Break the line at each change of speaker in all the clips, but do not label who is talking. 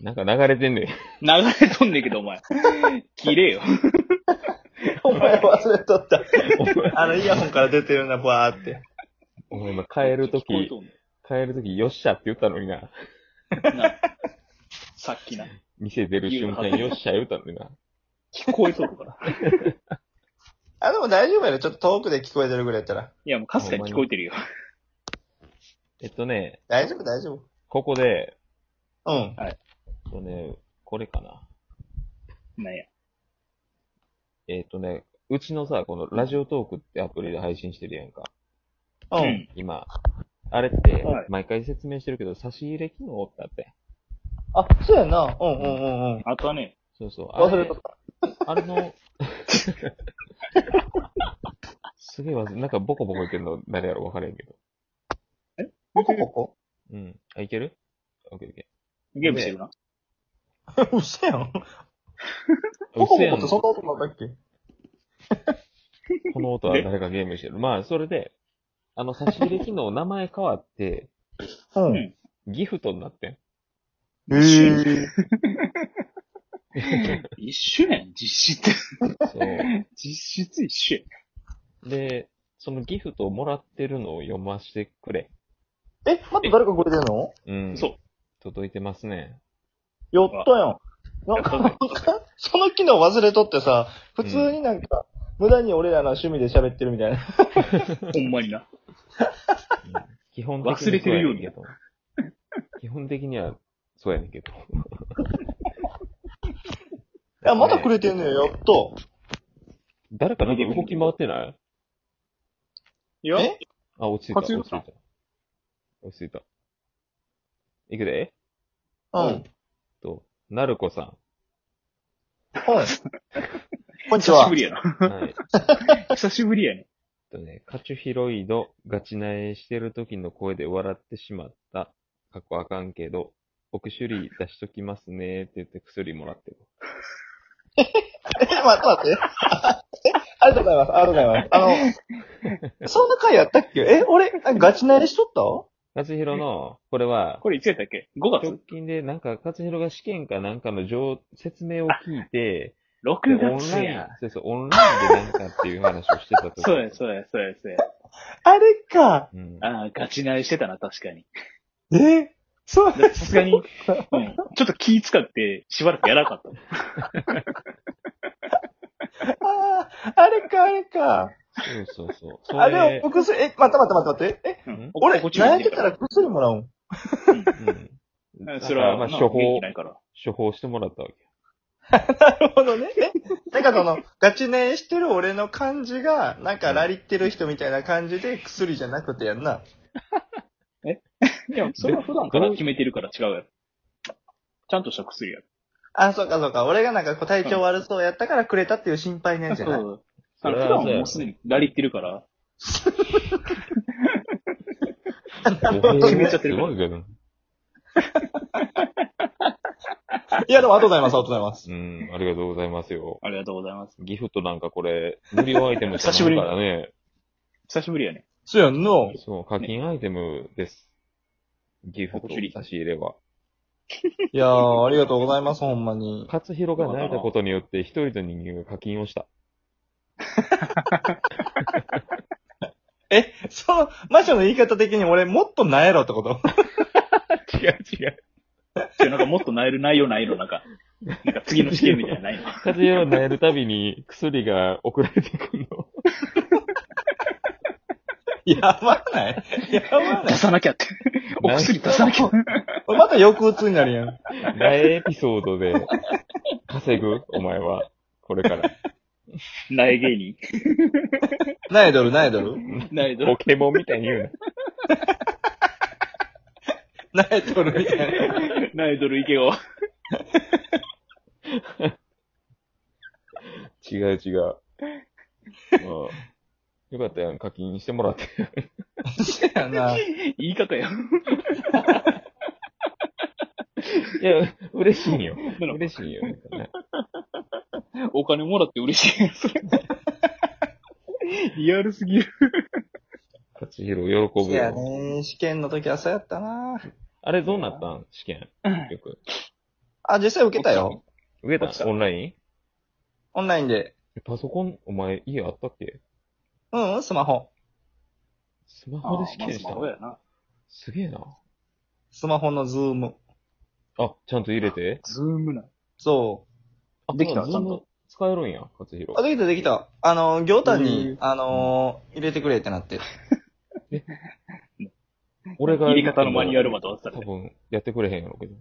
なんか流れてん ねん。
流れとんねんけど、お前。切れよ。
お前忘れとった。あの、イヤホンから出てるな、バーって。
お前今帰るとき、
聞こ
帰るときよっしゃって言ったのにな。
えとんねんなさっきな。
店出る瞬間
言うな
よっしゃ言ったのにな。
聞こえそうだから。
あ、でも大丈夫やろ。ちょっと遠くで聞こえてるぐらいやったら。
いや、もうかすかに聞こえてるよ。
えっとね、
大丈夫、大丈夫。
ここで、
う
え
ん。
っとね、これかな。
なんや。
えっとね、うちのさ、このラジオトークってアプリで配信してるやんか。
うん。
今。あれって
はい、
毎回説明してるけど、差し入れ機能ってあって。
あ、そうやんな。うんうんうんうん。
あとはね、
そうそう。あ
忘
れ
れとった。
あれの、 すげえ忘れ、なんかボコボコいけるの誰やろ分からへんけど。
ポコポコ
うん。あ、いけるオッケーオッケ
ゲームしてるな。
嘘やん。
ー。
ポ
うっ
コポ
せぇ
コ
や
っ
ん
てそんな音なんだっけ
この音は誰かゲームしてる。まあ、それで、あの、差し入れ機能、名前変わって、
うんえ
ギフトになってん。
ー。
一緒やん、実質。
そう。
実質一緒やん。
で、そのギフトをもらってるのを読ませてくれ。
え、また誰かくれてんの
うん。
そう。
届いてますね。
やったやん。なんか、その機能忘れとってさ、普通になんか、無駄に俺らの趣味で喋ってるみたいな。
ほんまにな。
基本的に
忘れてるよう
そう
に
やねんけど。基本的には、そうやねんけど。
いや、まだくれてんのよ、やっと。
誰かなんか動き回ってない
いや、
え
あ、落ち着いた。
勝
落
浦
ち着い
さん
た。落ち着いた。いくで
うん。
う
うんん。
と、なるこさ
こんにち
久
は
しぶ。りやな。
ん。はい。
久しぶりやね。
とね、カチュヒロイド、ガチナエしてる時の声で笑ってしまった。かっこあかんけど、僕種類出しときますねって言って薬もらってる。
え、 待って待って。えありがとうございます。ありがとうございます。あの、そんな回やったっけえ、俺、ガチなりしと
カチュヒロの、これは、
これいつやったっけ ?5 月
直近でなんか、カチュヒロが試験かなんかの上説明を聞いて、で
?6
オン
月
ライン
や。、
そうそう、オンラインでなんかっていう話をしてた時。
そうや、そうや、そうや、そうや。
ったあれか。
うん。
ああ、ガチ慣れしてたな、確かに。
えそう
だってさすがに、うん、ちょっと気使って、しばらくやらなかっ たもん。
あーあれか、あれか。
そうそう そう。そ
あれを、薬、え、待って待って待って待って。え、
うん
俺、
こっち向い
悩ん
てる
でた
から
薬もらうん。
う。
うんんそれは、
まあ、
な
処
元
方
気な、いから。
処方してもらったわけ。
なるほどね。え、なんか その、ガチなりしてる俺の感じが、なんかラリってる人みたいな感じで薬じゃなくてやんな。
いや、それは普段から決めてるから違うやろ。ちゃんとした薬やろ。
あ、そうかそうか。俺がなんかこう体調悪そうやったからくれたっていう心配なんじゃ
そ
ない、
う。
そ
あの
れ
普
は
段は
そうや
もうすでにラリってるから、
決
めちゃってる
すごいけど。
いや、でもありがとうございます。ありがとうございます。
うん、ありがとうございますよ。
ありがとうございます。
ギフトなんかこれ、無料アイテムじゃ
久しぶ
ない
り
からね。
久しぶり やね。
そうやんの。
そう、課金アイテムです。ギフト
お尻
差し入れは。
いやー、ありがとうございます、ほんまに。
勝弘が泣いたことによって一人の人間が課金をした。
え、そう、マショの言い方的に俺もっとなえろってこと
違う違う。
違うなんかもっと萎える内容ないの、なんか。なんか次の試験みたいなのないの。
勝弘泣えるたびに薬が送られてくるの。
やばないやばな
出
い
さなきゃって。お薬出さ なき ゃ。
また抑うつになるやん。
泣えエピソードで稼ぐお前は。これから。
苗芸人。
なえどる、なえどる。
苗ど
ポ ケモンみたいに言う
なえどるみたいな。
ル、苗ドル池を。
な。違う違う。うんよかったやん。課金してもらって。
そうやな。
言い方や。
いや、嬉しいよ。
なんか
嬉しいよ。
お金もらって嬉しいやんそれ。 リアルすぎる。
勝弘喜
い
ぶ
や
よ。
ね試験の時はそうやったな
あれどうなったん試験。よく。
あ、実際受けたよ。
受け
落ち
た
た
オンライン
オンラインで。
えパソコン、お前家あったっけ
うん、うんスマホ。
スマ
あ
ホで試験し
ま
た
あスマホやな。
すげえな。
スマホのズーム。
あ、ちゃんと入れて。
ズームな。
そ
あ、
できた
そう
ちゃ
だ
んと
Zoom 使えるんや、勝弘
う。あ、。できたできた。あの、行単
う
に
ん、
あのー入れてくれってなって。
俺が。
入り方のマニュアルまで渡され
多
て。
分、やってくれへんやろうけど。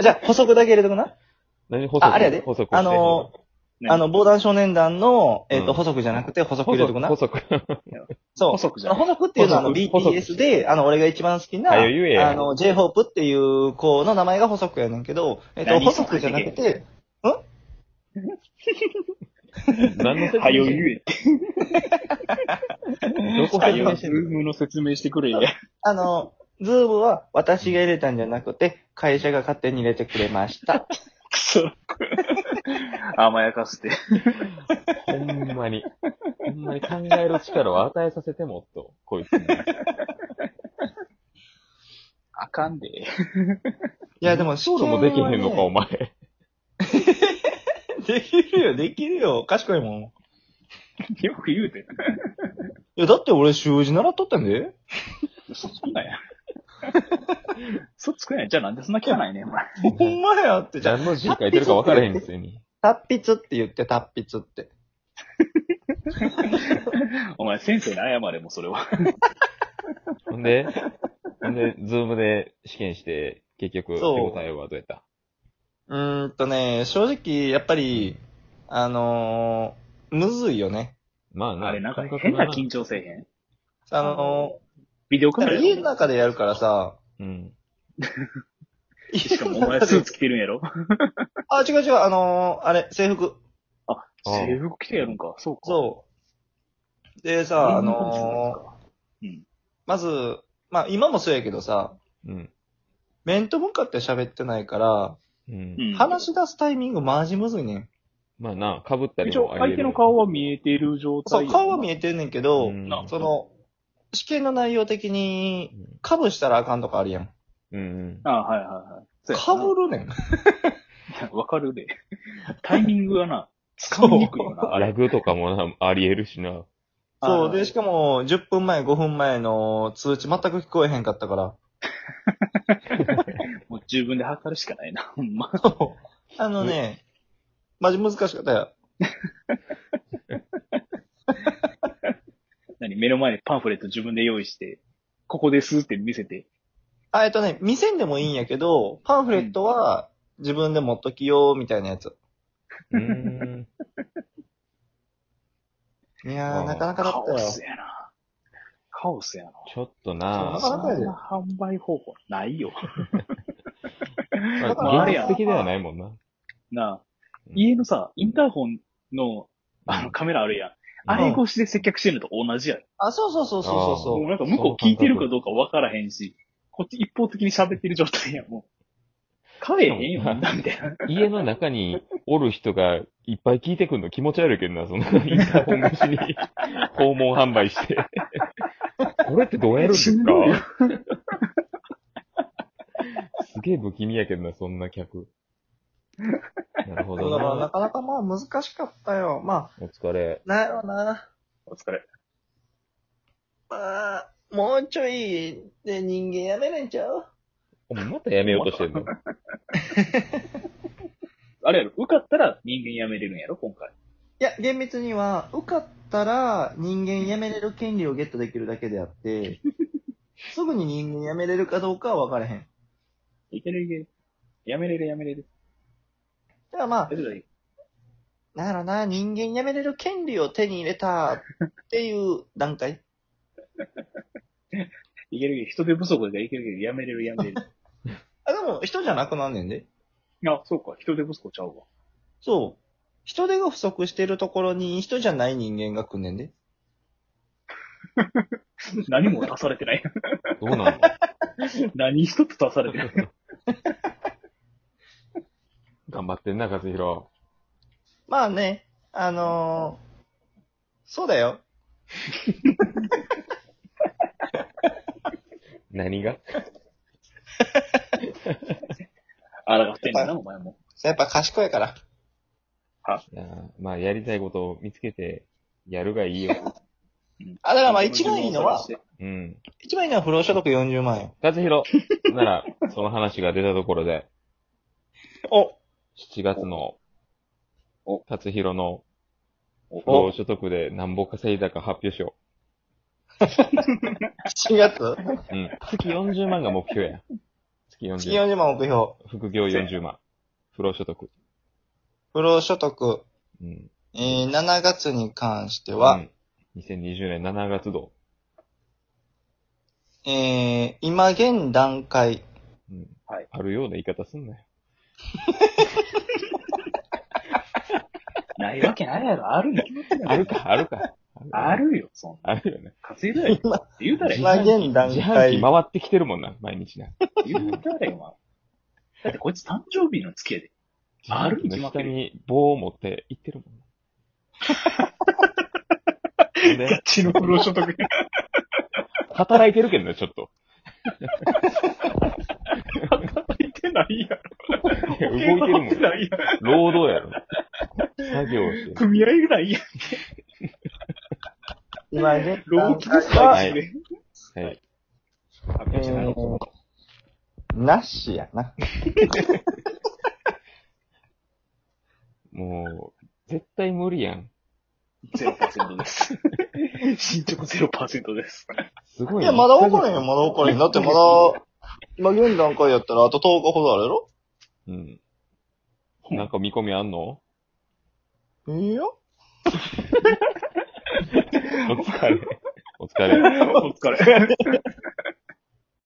じゃあ、補足だけ入れとくな。
何補足
ああれやで
補足して
あのーあの、防弾少年団の、えっ、
う
と、
ん
補足じゃなくて補足
補
入れ
足
とくな
補。足。
そう。
補足じゃない
補足っていうのは、あの、
補足補足
BTS で、あの、俺が一番好きな、
はよ言えや
あの、J-Hope っていう子の名前が補足やねんけど、えっ、と、
何
補足じゃなくて、
何の説明
はよ言えって。
どこ
は
説
よ
明して
ズ ー
んの
ムの説明してくれや。
あの、ズームは私が入れたんじゃなくて、会社が勝手に入れてくれました。
くそ。甘やかして。
ほんまに。ほんまに考える力を与えさせてもっと、こいつ に。
あかんで。
いや、でも、
そうもできへんのか、お前。
できるよ、できるよ。賢いもん。い
よく言うて。
や、だって俺、習字習っとったんで。
嘘つくなや。嘘つくなや。じゃあなんでそんな汚いねん、お前。
ほんまやって、じゃあ、
何の字書いてるか分からへんくせに。
達筆って言って、達筆って。
お前、先生に謝れ、もうそれは。
ほんで、ほんで、ズームで試験して、結局、手
そう
応えはどうやった
うーんとね、正直、やっぱり、あのー、むずいよね。
まあな、
あれ、なんか
感覚
変
が
な緊張せえへん
あの
ビデオ
ー、
カ
なん
メラ
か家
や
の
ろ
中でやるからさ、
うん。
しかもお 前スーツ着てるんやろ
あ、違う違う、あのー、あれ、制服。
あ
制服着てやるんか。そうか。
そう。で
家
さ、あ
の中でそう
のー、
かうん。
まず、まあ今もそうやけどさ、
うん。
面と向かって喋ってないから、
うん。
うん
話し出すタイミングマジむずいねん。
まあな、被ったり
一
も
応、
あり
相
得
手
る
の顔は見えている状態
そう、顔は見
え
えてんねんけど、
うん
な
その、試験の内容的に、
う
被したらあかんとかあるやん。
ん。うん。
あはいはいはい。そうや
被
な
るねん。
わかるで。タイミングがな、掴みにくいよな。
ラグとかもな、あり得るし な。
そう。
あ
で、
ー
しかも、10分前、5分前の通知全く聞こえへんかったから。
もう十分で測るしかないな、 ほんま。
あのね、マジ難しかったよ。
何目の前にパンフレット自分で用意して、ここですって見せて。
あ、えっとね、見せんでもいいんやけど、パンフレットは自分で持っときよ、みたいなやつ。
うーん。
い
あ
やー、
ー
なかなかだ
カ
った
オ
よ。
スやな。カオスやな。
ちょっと
あ
な
ーそ
そ
んな中
ん
で
な販売方法ないよ。
ま
だか
あ
ら
現実的ではないもんな。
なあ
う、ん
家のさ、インターホンのあのカメラあるやん。あれ越しで接客してるのと同じやん。
あ、そうそうそうそうそう
あ
そ
もう
う。
なんか向こう聞いてるかどうかわからへんし、こっち一方的に喋ってる状態やん、もう。帰えへんよ、みんな、みたいな。
家の中におる人がいっぱい聞いてくんの気持ち悪いけどな、そのインターホン越し に訪問販売して。これってどうやるんですか
しんどいよ
すげえ不気味やけどな、そんな 客。なるほ
そうだから、
ど
な
な。
かなかまあ難しかったよ。ま
お疲れ。
あ、なんやろな。
お疲れ。
まあ、もうちょいで人間やめれんちゃう
お前またやめようとしてんの
あれやろ、受かったら人間辞めれるんやろ、今回。
いや、厳密には、受かったら人間辞めれる権利をゲットできるだけであって、すぐに人間辞めれるかどうかは分からへん。
いけるいける。辞めれる辞めれる。
だからまあ
大、丈夫だよ
なんやろな、人間辞めれる権利を手に入れたっていう段階。
いけるいける。人手不足でいけるいけど、辞めれる辞めれる。
あ、でも人じゃなくなんねんで。
あ、そうか、人手不足ちゃうわ。
そう。人手が不足してるところに人じゃない人間が来んねんで。
何も足されてない。
どうな の
何一つ足されてない。
頑張ってんな、和弘。
まあね、あのーそうだよ。
何が
あらがってんねんな、お前も。
やっぱ賢いから。
いやーまあ、やりたいことを見つけて、やるがいいよ。
あ、だからまあ一番いいのは、
うん。
一番いいのは不労所得40万円。
達弘なら、その話が出たところで、
お
7月の
お、
達弘の
お
不労所得で何ぼ稼いだか発表しよ
7月
う。うん。月40万が目標や。月
月
40万。
40万目標。
副業40万。不労所得。
不労所得。
うん。
えー、7月に関しては、
うん、2020年7月度。
えー、今現段階。
うん。
はい
あるような言い方すんなよ。
ないわけないやろ、あるに決まってんだ
あ
ろ
るか、あるか。
あるよ、そんな。
あるよね。
稼いだよ。言うたれ、
今現段
自販機
階。
回ってきてるもんな、毎日な。
言うたれ、お前。だってこいつ誕生日の付き合いで。あるに決まって
下
る
に棒を持って行ってるも んな。で、
ちの不労所得。
働いてるけどね、ちょっと。
働いてないや
いや動いてる
ろ。
も
動いてないやろ。
ん。労働やろ。作業してる。
組合ぐらい やん。
今現
労
段
基です
階
か
は、
い
それ
はい。
発
え
表しないの
ー、なしやな。
もう、絶対無理やん。
0%です。 進捗0%です。
すごい
い
ね
や、まだ怒れへんよ、まだ怒れへん。だってまだ、今現段階やったらあと10日ほどあるやろ
うん。なんか見込みあんの
いいよ。
お疲れ。お疲れ。
お疲れ。